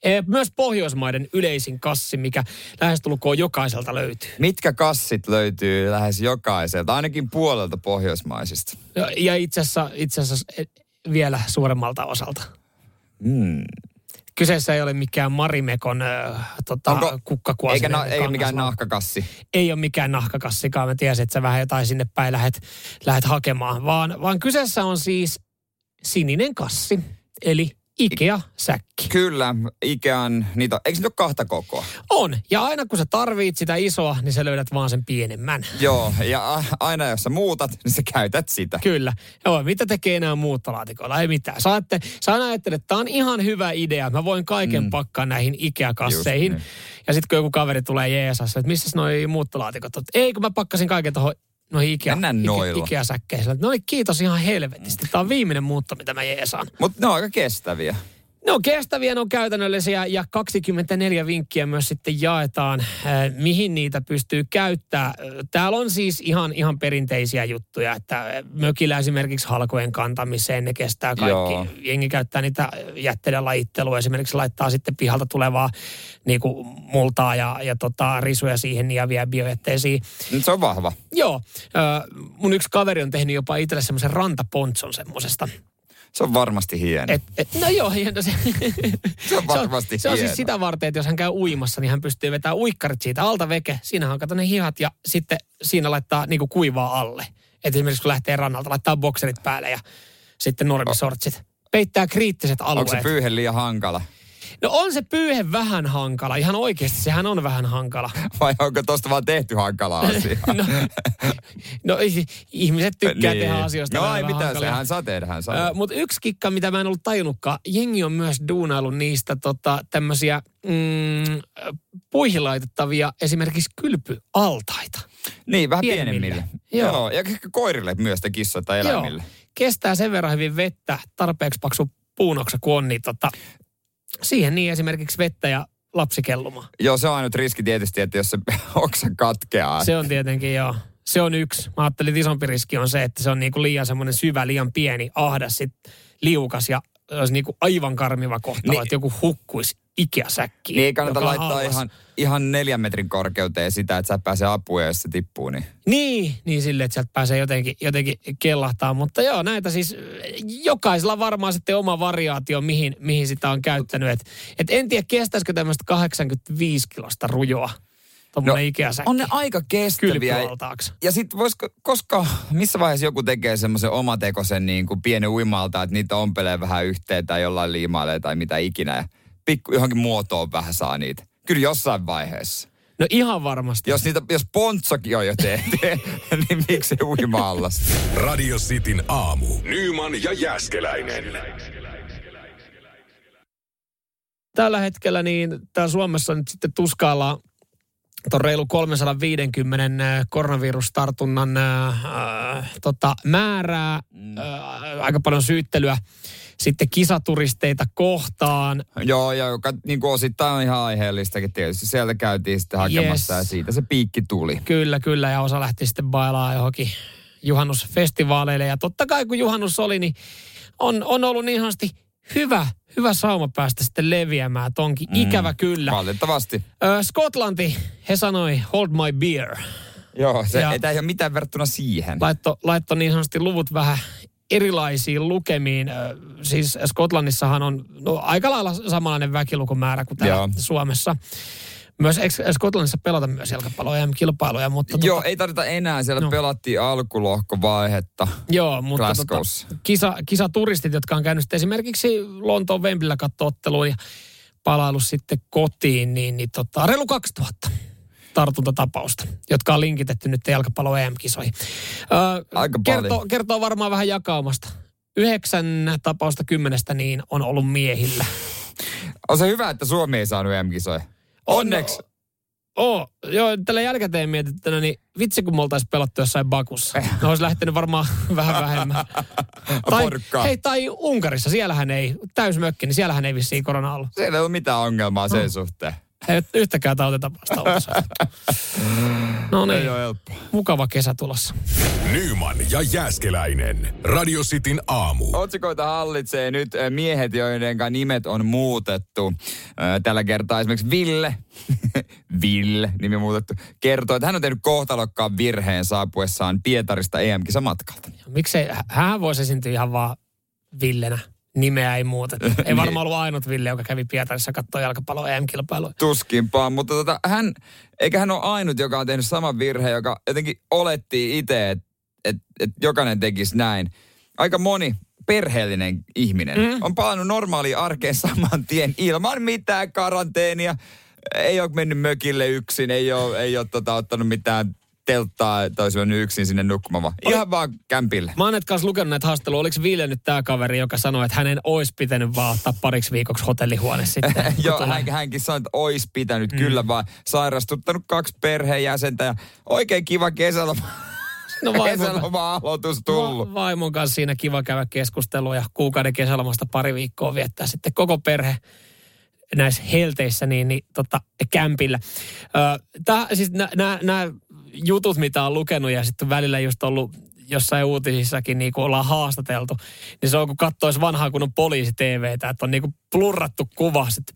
S3: eh, myös Pohjoismaiden yleisin kassi, mikä lähestulkoon jokaiselta löytyy.
S2: Mitkä kassit löytyy lähes jokaiselta, ainakin puolelta pohjoismaisista?
S3: Ja- Ja itse asiassa, itse asiassa eh, vielä suuremmalta osalta.
S2: Hmm.
S3: Kyseessä ei ole mikään Marimekon äh, tota,
S2: Onko- Eikä,
S3: kukkakuosinen
S2: na, eikä
S3: kangas,
S2: mikään
S3: vaan-
S2: nahkakassi.
S3: ei ole mikään nahkakassikaan. Mä tiesin, että sä vähän jotain sinne päin lähet, lähet hakemaan. Vaan, vaan kyseessä on siis sininen kassi, eli Ikea-säkki.
S2: Kyllä, Ikean, niitä, eikö niitä ole kahta kokoa?
S3: On. Ja aina kun sä tarvit sitä isoa, niin sä löydät vaan sen pienemmän.
S2: Joo, ja a- aina jos sä muutat, niin sä käytät sitä.
S3: Kyllä. Joo, mitä tekee enää muuttolaatikolla? Ei mitään. Saatte, sä aina ajattelet, että tämä on ihan hyvä idea. Mä voin kaiken mm. pakkaa näihin Ikea-kasseihin.
S2: Just
S3: Ja sitten kun joku kaveri tulee Jeesassa, että missä noi muuttolaatikot on? Ei, kun mä pakkasin kaiken tuohon noihin Ikea,
S2: Mennään noilla.
S3: Ikea, Ikea-säkkeihin. No niin, kiitos ihan helvetisti. Tämä on viimeinen muutto, mitä mä Jeesaan.
S2: Mutta ne on aika kestäviä.
S3: Ne on kestäviä, ne No, on käytännöllisiä ja 24 vinkkiä myös sitten jaetaan, eh, mihin niitä pystyy käyttää. Eh, Täällä on siis ihan, ihan perinteisiä juttuja, että eh, mökillä esimerkiksi halkojen kantamiseen ne kestää kaikki.
S2: Joo.
S3: Joo. Jengi käyttää niitä jätteiden lajittelua, esimerkiksi laittaa sitten pihalta tulevaa niin kuin multaa ja, ja tota, risuja siihen ja vie biojätteisiin.
S2: Nyt se on vahva.
S3: Joo, eh, mun yksi kaveri on tehnyt jopa itselle semmoisen rantapontson semmoisesta.
S2: Se on varmasti hieno.
S3: Et, et, no joo, hieno se.
S2: Se on varmasti
S3: se on, se on
S2: hieno.
S3: siis sitä varten, että jos hän käy uimassa, niin hän pystyy vetämään uikkarit siitä alta veke. Siinähän on kato ne hihat ja sitten siinä laittaa niinku kuivaa alle. Et esimerkiksi kun lähtee rannalta, laittaa bokserit päälle ja sitten normisortsit. Peittää kriittiset alueet.
S2: Onko se pyyhe liian hankala?
S3: no on se pyyhe vähän hankala. Ihan oikeasti sehän on vähän hankala.
S2: Vai onko tosta vaan tehty hankalaa asiaa?
S3: No, no i- ihmiset tykkää niin. tehdä asioista
S2: No
S3: vähän
S2: ei mitään,
S3: hankalia.
S2: sehän saa tehdä, hän saa.
S3: Mutta yksi kikka, mitä mä en ollut tajunnutkaan, jengi on myös duunaillut niistä tota, tämmöisiä mm, puihin laitettavia esimerkiksi kylpyaltaita.
S2: niin, vähän pienemmille.
S3: pienemmille.
S2: Joo.
S3: Joo.
S2: Joo. ja k- koirille myös te kissa tai eläimille.
S3: Kestää sen verran hyvin vettä, tarpeeksi paksu puunoksa kun on, niin tota, siihen niin esimerkiksi vettä ja lapsikelluma.
S2: Joo. Joo, se on ainut riski tietysti, että jos se oksa katkeaa. Se...
S3: Se on tietenkin joo. Se on yksi. Mä ajattelin, että isompi riski on se, että se on niinku liian semmoinen syvä, liian pieni, ahdas, sit liukas ja olisi niinku aivan karmiva kohtalo,
S2: Niin.
S3: niin, että joku hukkuisi ikiäsäkkiin.
S2: Niin ei kannata
S3: joka on
S2: laittaa
S3: allas.
S2: ihan, ihan neljän metrin korkeuteen sitä, että sä et pääse apua, jos se tippuu. Niin.
S3: Niin, niin silleen, että sieltä pääsee jotenkin, jotenkin kellahtaa. Mutta joo, näitä siis äh, jokaisella on varmaan sitten oma variaatio, mihin, mihin sitä on käyttänyt. Et, et en tiedä, kestäisikö tämmöistä 85 kilosta rujoa tuommoinen no, ikäisäkki.
S2: On ne aika kestäviä.
S3: kylpyaltaaksi.
S2: Ja sitten voisiko, koska missä vaiheessa joku tekee semmoisen omatekoisen niin kuin pienen uimalta, että niitä ompelee vähän yhteen tai jollain liimailee tai mitä ikinä. Ja pikku johonkin muotoon vähän saa niitä. Kyllä jossain vaiheessa.
S3: No ihan varmasti.
S2: Jos, niitä, jos pontsakin on jo tehty, niin miksi uimaalla?
S1: Radio Cityn aamu. Nyman ja Jääskeläinen.
S3: Tällä hetkellä niin täällä Suomessa nyt sitten tuskaillaan tuon reilu 350 äh, koronavirustartunnan äh, äh, tota, määrää, äh, aika paljon syyttelyä sitten kisaturisteita kohtaan.
S2: Joo, ja joka niin kuin osittain on ihan aiheellistakin tietysti. Sieltä käytiin sitten hakemassa yes.
S3: Yes.
S2: ja siitä se piikki tuli.
S3: Kyllä, kyllä, ja osa lähti sitten bailaan johonkin juhannusfestivaaleille. Ja totta kai kun juhannus oli, niin on, on ollut niin ihanasti hyvä, hyvä sauma päästä sitten leviämään. Tonkin mm. ikävä kyllä.
S2: Valitettavasti.
S3: Ö, Skotlanti, he sanoi hold my beer.
S2: Joo, se
S3: Ja-
S2: ei, tää ei ole mitään verrattuna siihen.
S3: Laitto, laitto niin sanotusti luvut vähän erilaisiin lukemiin. Ö, Siis Skotlannissahan on no, aika lailla samanlainen väkilukumäärä kuin täällä
S2: Joo.
S3: Suomessa. Myös eikö Skotlannissa pelata myös jalkapalloja ja kilpailuja, mutta tota-
S2: Joo, ei tarvita enää. Siellä no.
S3: No.
S2: pelattiin alkulohkovaihetta.
S3: Joo, mutta tota,
S2: Glasgow'ssa.
S3: kisa, kisaturistit, jotka on käynyt sitten esimerkiksi Lontoon Vempillä kattootteluun ja palailu sitten kotiin, niin, niin tota, reilu 2000 tartuntatapausta, jotka on linkitetty nyt jalkapallo EM-kisoihin. Ö,
S2: Aika
S3: kertoo,
S2: paljon.
S3: kertoo varmaan vähän jakaumasta. Yhdeksän tapausta kymmenestä niin on ollut miehillä.
S2: On se hyvä, että Suomi ei saanut EM-kisoja. Onneksi.
S3: Oo, joo, tällä jälkikäteen mietittynä, niin vitsi kun me oltaisiin pelattu jossain Bakussa.
S2: Eh.
S3: Ne olisi lähtenyt varmaan vähän vähemmän. tai,
S2: Porukkaa.
S3: hei, tai Unkarissa, siellähän ei, täysmökki, niin siellähän ei vissiin korona ollut. No.
S2: Siellä ei ole mitään ongelmaa sen suhteen.
S3: Ei ole yhtäkään tauteta vastausta. No niin,
S2: helppoa.
S3: mukava kesä tulossa.
S1: Nyman ja Jääskeläinen. Radio Cityn aamu.
S2: Otsikoita hallitsee nyt ö, miehet, joiden nimet on muutettu. Ö, Tällä kertaa esimerkiksi Ville, Ville nimi muutettu, kertoo, että hän on tehnyt kohtalokkaan virheen saapuessaan Pietarista E EM-kisamatkalta.
S3: Miksei, hän voisi esiintyä ihan vaan Villenä. Nimeä ei muutettu. Ei
S2: Niin.
S3: varmaan ollut ainut Ville, joka kävi Pietarissa katsoa jalkapallon EM-kilpailuja.
S2: Tuskinpaa, mutta tota, hän, eikä hän ole ainut, joka on tehnyt saman virheen, joka jotenkin olettiin itse, että et, et jokainen tekisi näin. Aika moni perheellinen ihminen mm. on palannut normaaliin arkeen saman tien ilman mitään karanteenia. Ei ole mennyt mökille yksin, ei ole, ei ole tota, ottanut mitään telttaa tai olisi mennyt yksin sinne nukkumaan, vaan ihan vaan kämpille.
S3: Mä oon net kanssa lukenut näitä haastatteluja. Oliko Ville nyt tää kaveri, joka sanoi, että hänen olisi pitänyt vaan ottaa pariksi viikoksi hotellihuone sitten?
S2: Joo, hän, hänkin sanoi, että ois pitänyt mm. kyllä vaan sairastuttanut kaksi perheenjäsentä ja oikein kiva kesäloma,
S3: no vaimon,
S2: kesäloma-aloitus tullut.
S3: va- vaimon kanssa siinä kiva käydä keskustelua ja kuukauden kesälomasta pari viikkoa viettää sitten koko perhe näissä helteissä niin, niin tota, kämpillä. Ö, Tää, siis nämä jutut, mitä on lukenut ja sitten välillä just ollut jossain uutisissakin niin kun ollaan haastateltu, niin se on kun katsoisi vanhaa kunnon poliisi TVtä, että on niin kuin plurrattu kuva sitten.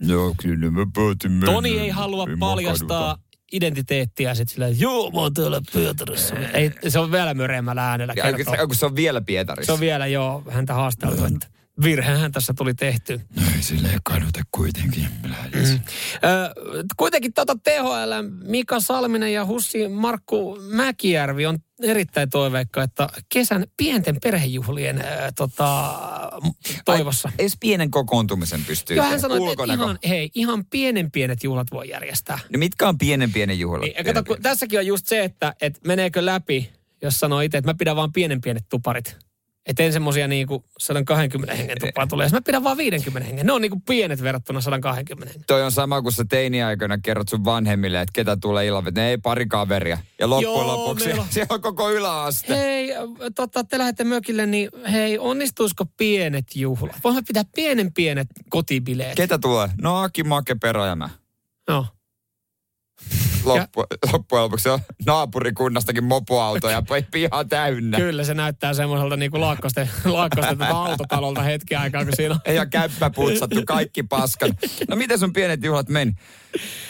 S2: Joo, kyllä mä päätin mennä.
S3: Toni ei halua paljastaa identiteettiä sitten sillä, että joo, mä oon täällä Pietarissa. Ei, se on vielä möreämmällä äänellä
S2: Ja, kun
S3: kertoo.
S2: se- kun se Mm. on vielä Pietarissa.
S3: Se on vielä joo, häntä haasteltu, että virhehän tässä tuli tehty.
S2: No Ei sille kannata kuitenkin. Mm.
S3: Ö, kuitenkin tota THL, Mika Salminen ja Hussi Markku Mäkijärvi on erittäin toiveikka, että kesän pienten perhejuhlien ö, tota, toivossa.
S2: Ai, edes pienen kokoontumisen pystyy.
S3: Joo, hän sanoi, että
S2: Ulkonäkö.
S3: ihan, hei, ihan pienen pienet juhlat voi järjestää.
S2: No, mitkä on pienen pienen juhla?
S3: Niin, ja kato, kun tässäkin on just se, että, että meneekö läpi, jos sanoo itse, että mä pidän vaan pienen pienet tuparit. Että en semmosia niinku 120 hengen tupaa tulee. Jos mä pidän vaan 50 hengen. Ne on niinku pienet verrattuna 120 hengen.
S2: Toi on sama kuin sä teiniaikana kerrot sun vanhemmille, että ketä tulee ilman. Ne ei pari kaveria. Ja loppujen
S3: Joo,
S2: lopuksi
S3: meillä
S2: siellä
S3: on-
S2: on koko yläaste.
S3: Hei, äh, tota, te lähdette mökille, niin hei, onnistuisiko pienet juhlat? Voimme pitää pienen pienet kotibileet.
S2: Ketä tulee? No Aki, Make, Peräjämä.
S3: no.
S2: Loppu, loppujen lopuksi on naapurikunnastakin mopoauto ja piha täynnä.
S3: Kyllä se näyttää semmoiselta niinku laakkosten, laakkosten tätä autotalolta hetki aikaa, kun siinä on
S2: Ei ole kämppä putsattu, kaikki paskat. No miten sun pienet juhlat meni?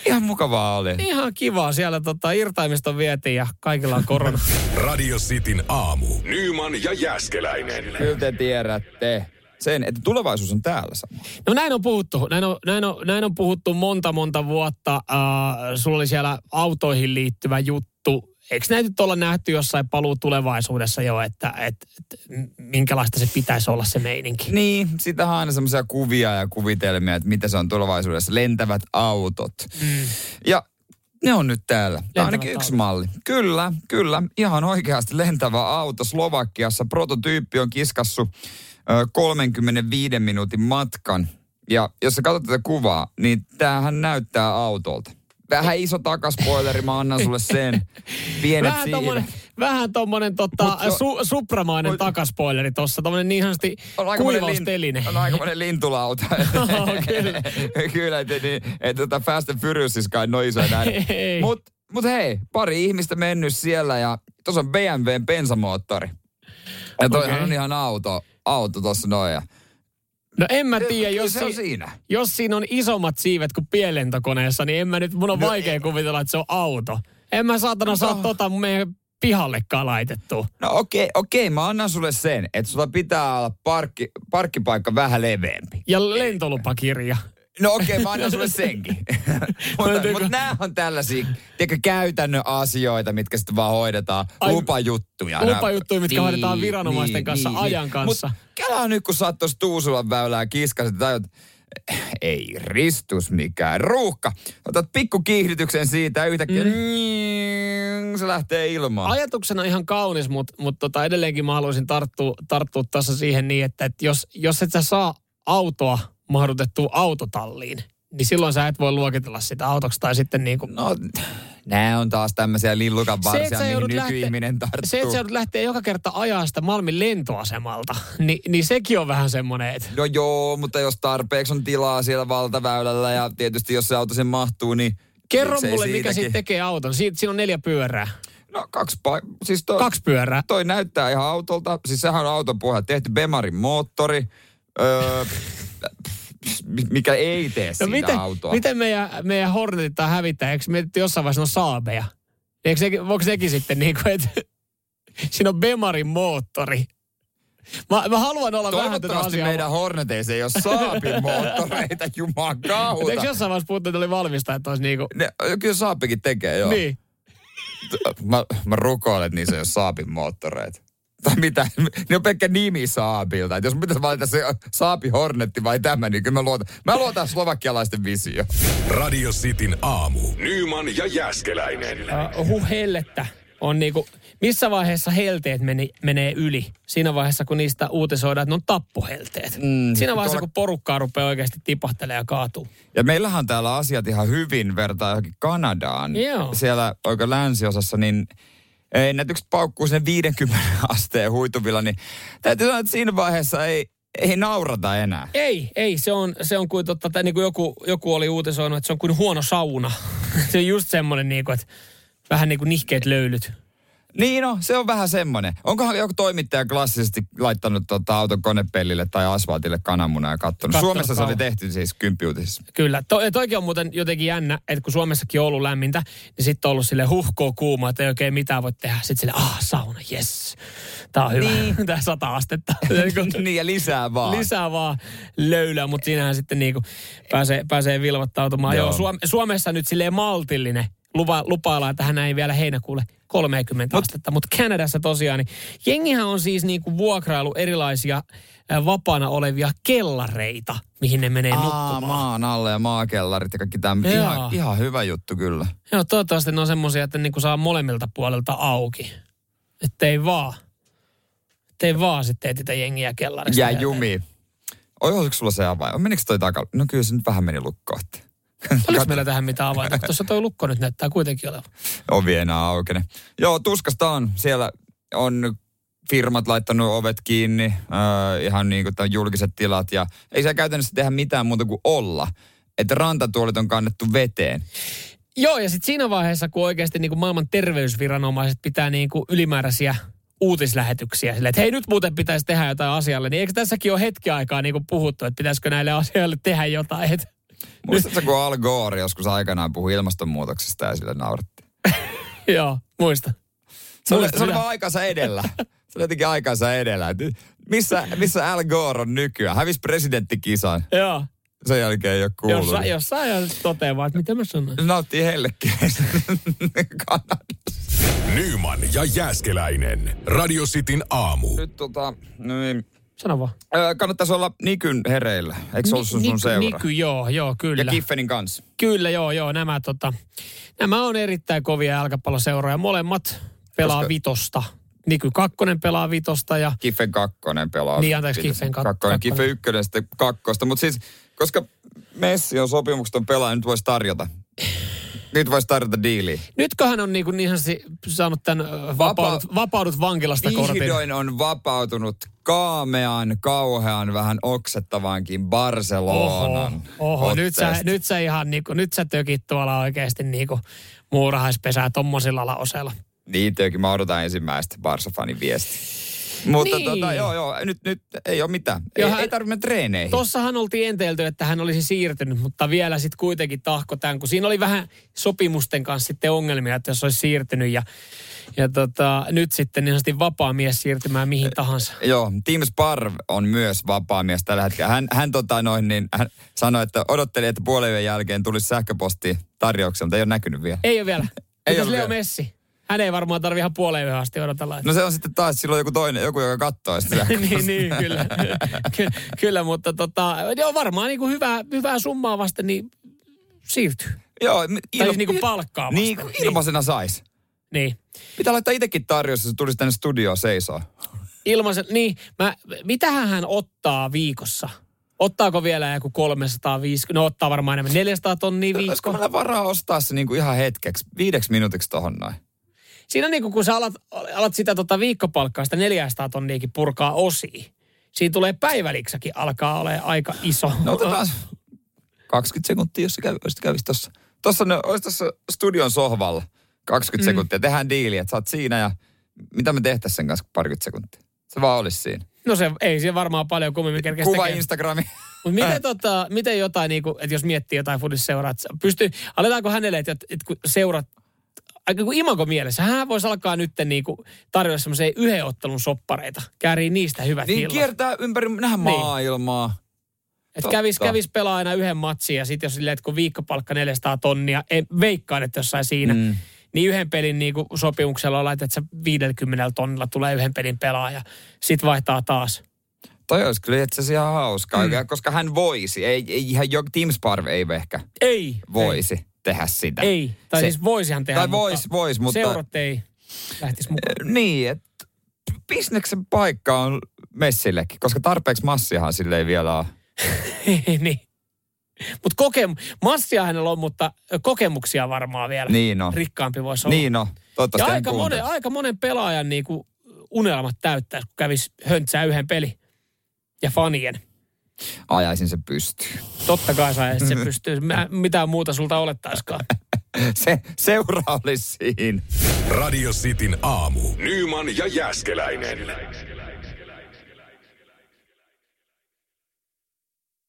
S2: Ihan mukavaa oli.
S3: ihan kivaa. Siellä tota, irtaimiston vietiin ja kaikilla on korona.
S1: Radio Cityn aamu. Nyman ja Jääskeläinen.
S2: Kyllä te tiedätte sen, että tulevaisuus on täällä sama.
S3: No näin on puhuttu. Näin on, näin on, näin on puhuttu monta, monta vuotta. Äh, sulla oli siellä autoihin liittyvä juttu. Eikö näitä nyt olla nähty jossain paluu tulevaisuudessa jo, että, että, että minkälaista se pitäisi olla se meininki?
S2: Niin, sitä on aina semmoisia kuvia ja kuvitelmia, että mitä se on tulevaisuudessa. Lentävät autot.
S3: Mm.
S2: Ja ne on nyt täällä. Tämä on
S3: Lentävät
S2: ainakin yksi
S3: autot.
S2: malli. Kyllä, kyllä. Ihan oikeasti lentävä auto Slovakiassa. Prototyyppi on kiskassu ö, 35 minuutin matkan. Ja jos sä katsot tätä kuvaa, niin tämähän näyttää autolta. Vähän iso takaspoileri, mä annan sulle sen. Pienet
S3: Vähän tommonen,
S2: siivet.
S3: vähän tommonen tota,
S2: Mut se
S3: su, supramainen
S2: mut-
S3: takaspoileri tossa, tommonen niin sanotusti
S2: aikamoinen
S3: kuivausteline.
S2: lin- On aikamoinen lintulauta.
S3: kyllä.
S2: Kyllä, että niin, et, tota Fast and Furious siis kai noin isoja näin.
S3: Ei.
S2: Mut, mut hei, pari ihmistä mennyt siellä ja tuossa on BMWn bensamoottori. Ja toihan
S3: Okei.
S2: on ihan auto, auto tuossa noin. Ja.
S3: No en mä tiedä,
S2: Kyllä
S3: jos,
S2: se on
S3: si-
S2: siinä.
S3: jos siinä on isommat siivet kuin pienlentokoneessa, niin en mä nyt, mun
S2: No
S3: on vaikea kuvitella, että se on auto. En mä saatana saa tota meidän pihallekaan laitettu.
S2: No okei, okei, mä annan sulle sen, että sulla pitää olla parkki, parkkipaikka vähän leveämpi.
S3: Ja lentolupakirja.
S2: No okei, mä annan sulle senkin. mutta
S3: Löytyykö-
S2: mutta nämä on tällaisia tiedätkö, käytännön asioita, mitkä sitten vaan hoidetaan.
S3: Ai-
S2: lupajuttuja. Niin,
S3: Lupajuttuja, mitkä hoidetaan viranomaisten kanssa, ajan kanssa.
S2: Mut kelaa nyt, kun sä oot tuossa Tuusulan väylää kiskasit, tai ei ristus mikään ruuhka. Otat pikku kiihdytyksen siitä ja yhtäkkiä mm. se lähtee ilmaan.
S3: Ajatuksena ihan kaunis, mutta mut tota edelleenkin mä haluaisin tarttua, tarttua tässä siihen niin, että et jos, jos et sä saa autoa mahdutettua autotalliin, niin silloin sä et voi luokitella sitä autoksi tai sitten niin kuin...
S2: No, nämä on taas tämmöisiä lillukan
S3: Se, että
S2: varsia,
S3: sä
S2: mihin
S3: joudut lähteä-
S2: nykyihminen tarttuu.
S3: Se, että sä joudut lähteä joka kerta ajaa sitä Malmin lentoasemalta, niin, niin sekin on vähän semmoinen, että
S2: No joo, mutta jos tarpeeksi on tilaa siellä valtaväylällä ja tietysti jos se auto sen mahtuu, niin...
S3: kerro
S2: miksei
S3: mulle, mikä
S2: siitäkin.
S3: siitä tekee auton. Siitä, siinä on neljä pyörää.
S2: No kaksi pa- siis toi,
S3: Kaksi pyörää.
S2: toi näyttää ihan autolta. Siis sehän on auton pohja tehty Bemarin moottori. Öö, mi- mikä ei tee
S3: No
S2: siitä
S3: miten,
S2: autoa.
S3: miten meidän, meidän Hornetit tai hävittää? Eikö mietitty jossain vaiheessa ne on saabeja? Eikö sekin, voiko sekin sitten niin kuin, että siinä on Bemarin moottori? Mä, mä haluan olla vähän tätä
S2: Toivottavasti
S3: asiaa.
S2: meidän Horneteissa ei ole Saabin moottoreita,
S3: Mut Eikö
S2: jumakauta.
S3: jossain vaiheessa puhuttu, että oli valmista, että olisi niinku...
S2: Ne, kyllä Saapikin tekee, joo.
S3: Niin.
S2: Mä, mä rukoilen, että niissä ei ole Saabin moottoreita. Tai mitä? Ne on pelkkä nimi Saabilta. Et jos pitäisi valita se Saapi Hornetti vai tämä, niin kyllä mä luotan. Mä luotan slovakialaisten visio.
S1: Radio Cityn aamu. Nyman ja Jäskeläinen.
S3: Uh, huh hellettä on niinku... Missä vaiheessa helteet meni, menee yli? Siinä vaiheessa, kun niistä uutisoidaan, että ne on tappohelteet. Mm, Siinä vaiheessa, kun porukkaa rupeaa oikeasti tipahtelee ja kaatuu.
S2: Ja meillähän on täällä asiat ihan hyvin vertaa johonkin Kanadaan.
S3: Joo.
S2: Siellä oikein länsiosassa, niin ennätykset paukkuu sen 50 asteen huituvilla, niin täytyy sanoa, että siinä vaiheessa ei, ei naurata enää.
S3: Ei, ei, se on, se on kuin, totta, tai niin kuin joku, joku oli uutisoinut, että se on kuin huono sauna. se on just semmoinen, niin kuin, että vähän niin kuin nihkeet löylyt.
S2: Niin no, se on vähän semmoinen. Onkohan joku toimittaja klassisesti laittanut tota auton konepellille tai asfaltille kananmunaa ja kattonut?
S3: Kattonut
S2: Suomessa se oli
S3: kauan.
S2: tehty siis kymppiutisissa.
S3: Kyllä. To, toikin on muuten jotenkin jännä, että kun Suomessakin on ollut lämmintä, niin sitten on ollut sille huhkoo kuuma, että ei oikein mitään voi tehdä. Sitten sille, ah, sauna, yes. Tää on hyvä. Niin. Tää sata astetta.
S2: niin ja lisää vaan.
S3: Lisää vaan löylää, mutta siinähän sitten niinku pääsee, pääsee vilvoittautumaan. Joo.
S2: Joo.
S3: Joo Suom- Suomessa nyt silleen maltillinen. Lupa, lupaillaan tähän näin vielä heinäkuulle 30 mut, astetta, mutta Kanadassa tosiaan, niin jengihän on siis niinku vuokrailu erilaisia äh, vapaana olevia kellareita, mihin ne menee
S2: Aa,
S3: nukkumaan.
S2: maan alle ja maakellarit ja kaikki tämä.
S3: Joo.
S2: Ihan, ihan hyvä juttu kyllä.
S3: Joo, toivottavasti ne on semmoisia, että niinku saa molemmilta puolelta auki. Että ei vaan. Että ei vaan sitten etitä jengiä kellarista.
S2: Jää
S3: eteen.
S2: jumi. Oi, olisiko sulla se avain? Menikö toi takalla? No kyllä se nyt vähän meni lukkoon.
S3: Oliko meillä tähän mitään avainta? Kun Tuossa toi lukko nyt näyttää kuitenkin olevan.
S2: Ovi enää aukene. Joo, tuskasta on. Siellä on firmat laittanut ovet kiinni, äh, ihan niin kuin tämän julkiset tilat. Ja ei siellä käytännössä tehdä mitään muuta kuin olla. Että rantatuolit on kannettu veteen.
S3: Joo, ja sitten siinä vaiheessa, kun oikeasti niinku maailman terveysviranomaiset pitää niinku ylimääräisiä uutislähetyksiä sille, että hei nyt muuten pitäisi tehdä jotain asialle, niin eikö tässäkin ole hetki aikaa niinku puhuttu, että pitäisikö näille asioille tehdä jotain? Et,
S2: Muistatko, kun Al Gore joskus aikanaan puhui ilmastonmuutoksesta ja sillä naurattiin?
S3: joo, muista.
S2: Se oli,
S3: Muistan
S2: se oli
S3: minä.
S2: vaan aikansa edellä. Se oli jotenkin aikansa edellä. Et Missä, missä Al Gore on nykyään? Hävisi presidenttikisan.
S3: Joo,
S2: Sen jälkeen ei ole kuulunut.
S3: jossain, jossain ihan toteamaan, että mitä mä sanoin.
S2: Nauttii hellekielestä Kanadassa.
S1: Nyman ja Jäskeläinen. Radio Cityn aamu.
S2: Nyt tota, niin,
S3: Sano vaan.
S2: ö, kannattaisi olla Nikyn hereillä. Eikö se ollut sun, sun
S3: Niky-
S2: seura?
S3: Niky, joo, joo,
S2: ja
S3: kyllä.
S2: Kiffenin kanssa.
S3: Kyllä, joo, joo. Nämä, tota, nämä on erittäin kovia jalkapalloseuroja. Molemmat pelaa
S2: Koska-
S3: vitosta. Niky kakkonen pelaa vitosta ja
S2: Kiffen kakkonen pelaa.
S3: Niin, anteeksi, Kiffen kak-
S2: kakkonen.
S3: kakkonen.
S2: Kiffen ykkönen sitten kakkosta. Mutta siis, koska Messi on sopimukseton pelaaja, nyt voisi tarjota. Nyt voisi tarjota diiliä.
S3: nytköhän on niinku niin sanotusti saanut tämän ö, vapaudut, vapaudut vankilasta kortin.
S2: Vihdoin on vapautunut kaamean, kauhean, vähän oksettavaankin
S3: Oho,
S2: Barcelonan
S3: oho. Nyt,
S2: otteesta.
S3: sä, nyt sä ihan niinku, nyt sä tökit tuolla oikeasti niinku muurahaispesää tommosilla laosella.
S2: Niin, Töki, mä odotan ensimmäistä Barsa-fanin viestiä. Mutta
S3: Niin.
S2: tota, joo, joo, nyt, nyt ei ole mitään. Ei,
S3: Joo, hän-
S2: ei tarvitse mennä treeneihin.
S3: Tossahan oltiin enteilty, että hän olisi siirtynyt, mutta vielä sitten kuitenkin tahko tämän, kun siinä oli vähän sopimusten kanssa sitten ongelmia, että jos olisi siirtynyt ja, ja tota, nyt sitten niin sanotusti vapaa mies siirtymään mihin tahansa.
S2: Joo, Team Sparv on myös vapaa mies tällä hetkellä. Hän, hän, tota noin, niin, hän sanoi, että odotteli, että puolen yön jälkeen tulisi sähköposti tarjouksia, mutta ei ole näkynyt vielä.
S3: Ei ole vielä.
S2: Ei
S3: Ei Mitäs
S2: ole vielä.
S3: Leo Messi? Hän ei varmaan tarvi ihan puoleen yhä asti odotella. että-
S2: No se on sitten taas silloin joku toinen, joku joka katsoo sitä sähköpostia.
S3: niin, niin, kyllä. Ky- kyllä, mutta tota, joo, varmaan niin kuin hyvää, hyvää summaa vasten niin siirtyy.
S2: Joo, mi-
S3: Tai siis niinku palkkaa vasta.
S2: Niin, kuin ilmaisena sais.
S3: Niin.
S2: Pitää laittaa itsekin tarjous, jos se tulisi tänne studioon seisoa.
S3: Ilmaisen, niin, mä, mitähän hän ottaa viikossa? Ottaako vielä joku 350, no ottaa varmaan enemmän 400 tonnia
S2: Olisiko
S3: viikko.
S2: meillä varaa ostaa se niinku ihan hetkeksi, viideksi minuutiksi tohon noin?
S3: Siinä niin kuin, kun sä alat, alat sitä tota viikkopalkkaa, sitä 400 tonniakin purkaa osiin. Siinä tulee päiväliksäkin alkaa olemaan aika iso.
S2: No otetaan 20 sekuntia, jos sä käy, jos kävisi tossa. Tossa ne, olisi tossa studion sohvalla 20 mm. sekuntia. Tehdään diili, että sä oot siinä ja mitä me tehtäisiin sen kanssa parikymmentä sekuntia. Se vaan olisi siinä.
S3: No se ei se varmaan paljon kummemmin kerkeä
S2: Kuva
S3: tekemään.
S2: Instagrami.
S3: Mutta miten, tota, miten jotain, niin kuin, että jos miettii jotain foodissa seuraa, että pystyy, aletaanko hänelle, että, että kun seurat, aika kuin imago mielessä, hän voisi alkaa nyt niin kuin, tarjolla semmoisia yhden ottelun soppareita, käärii niistä hyvät
S2: niin
S3: illat.
S2: kiertää ympäri, nähdään
S3: Niin.
S2: maailmaa.
S3: Et
S2: Totta.
S3: kävis, kävis pelaa aina yhden matsin ja sitten jos silleen, että kun viikkopalkka 400 tonnia, en veikkaan, että jossain siinä, mm. niin yhden pelin niin kuin sopimuksella laitat, että se 50 tonnilla tulee yhden pelin pelaaja, sitten vaihtaa taas.
S2: Toi olisi kyllä itse asiassa ihan hauskaa, mm. koska hän voisi. Ei, ei ihan jo, Team Sparv ei ehkä
S3: Ei.
S2: voisi ei. tehdä sitä.
S3: Ei. Tai
S2: Se-
S3: se, siis voisihan tehdä,
S2: Tai vois, vois, mutta...
S3: seurat ei lähtisi mukaan.
S2: Niin, että bisneksen paikka on messillekin, koska tarpeeksi massiahan sille ei vielä ole.
S3: niin. Mutta kokem- massia hänellä on, mutta kokemuksia varmaan vielä.
S2: Niin on.
S3: Rikkaampi voisi olla.
S2: Niin on.
S3: ja
S2: Toivottavasti hän
S3: aika monen,
S2: kuuntelee.
S3: aika monen pelaajan niinku unelmat täyttää, kun kävisi höntsää yhden peli ja fanien.
S2: Ajaisin sen pystyyn.
S3: Totta kai saa, että se
S2: Mm.
S3: pystyy. Mä, mitään muuta sulta olettaisikaan.
S2: Se seura olisi siinä.
S1: Radio Cityn aamu. Nyman ja Jäskeläinen.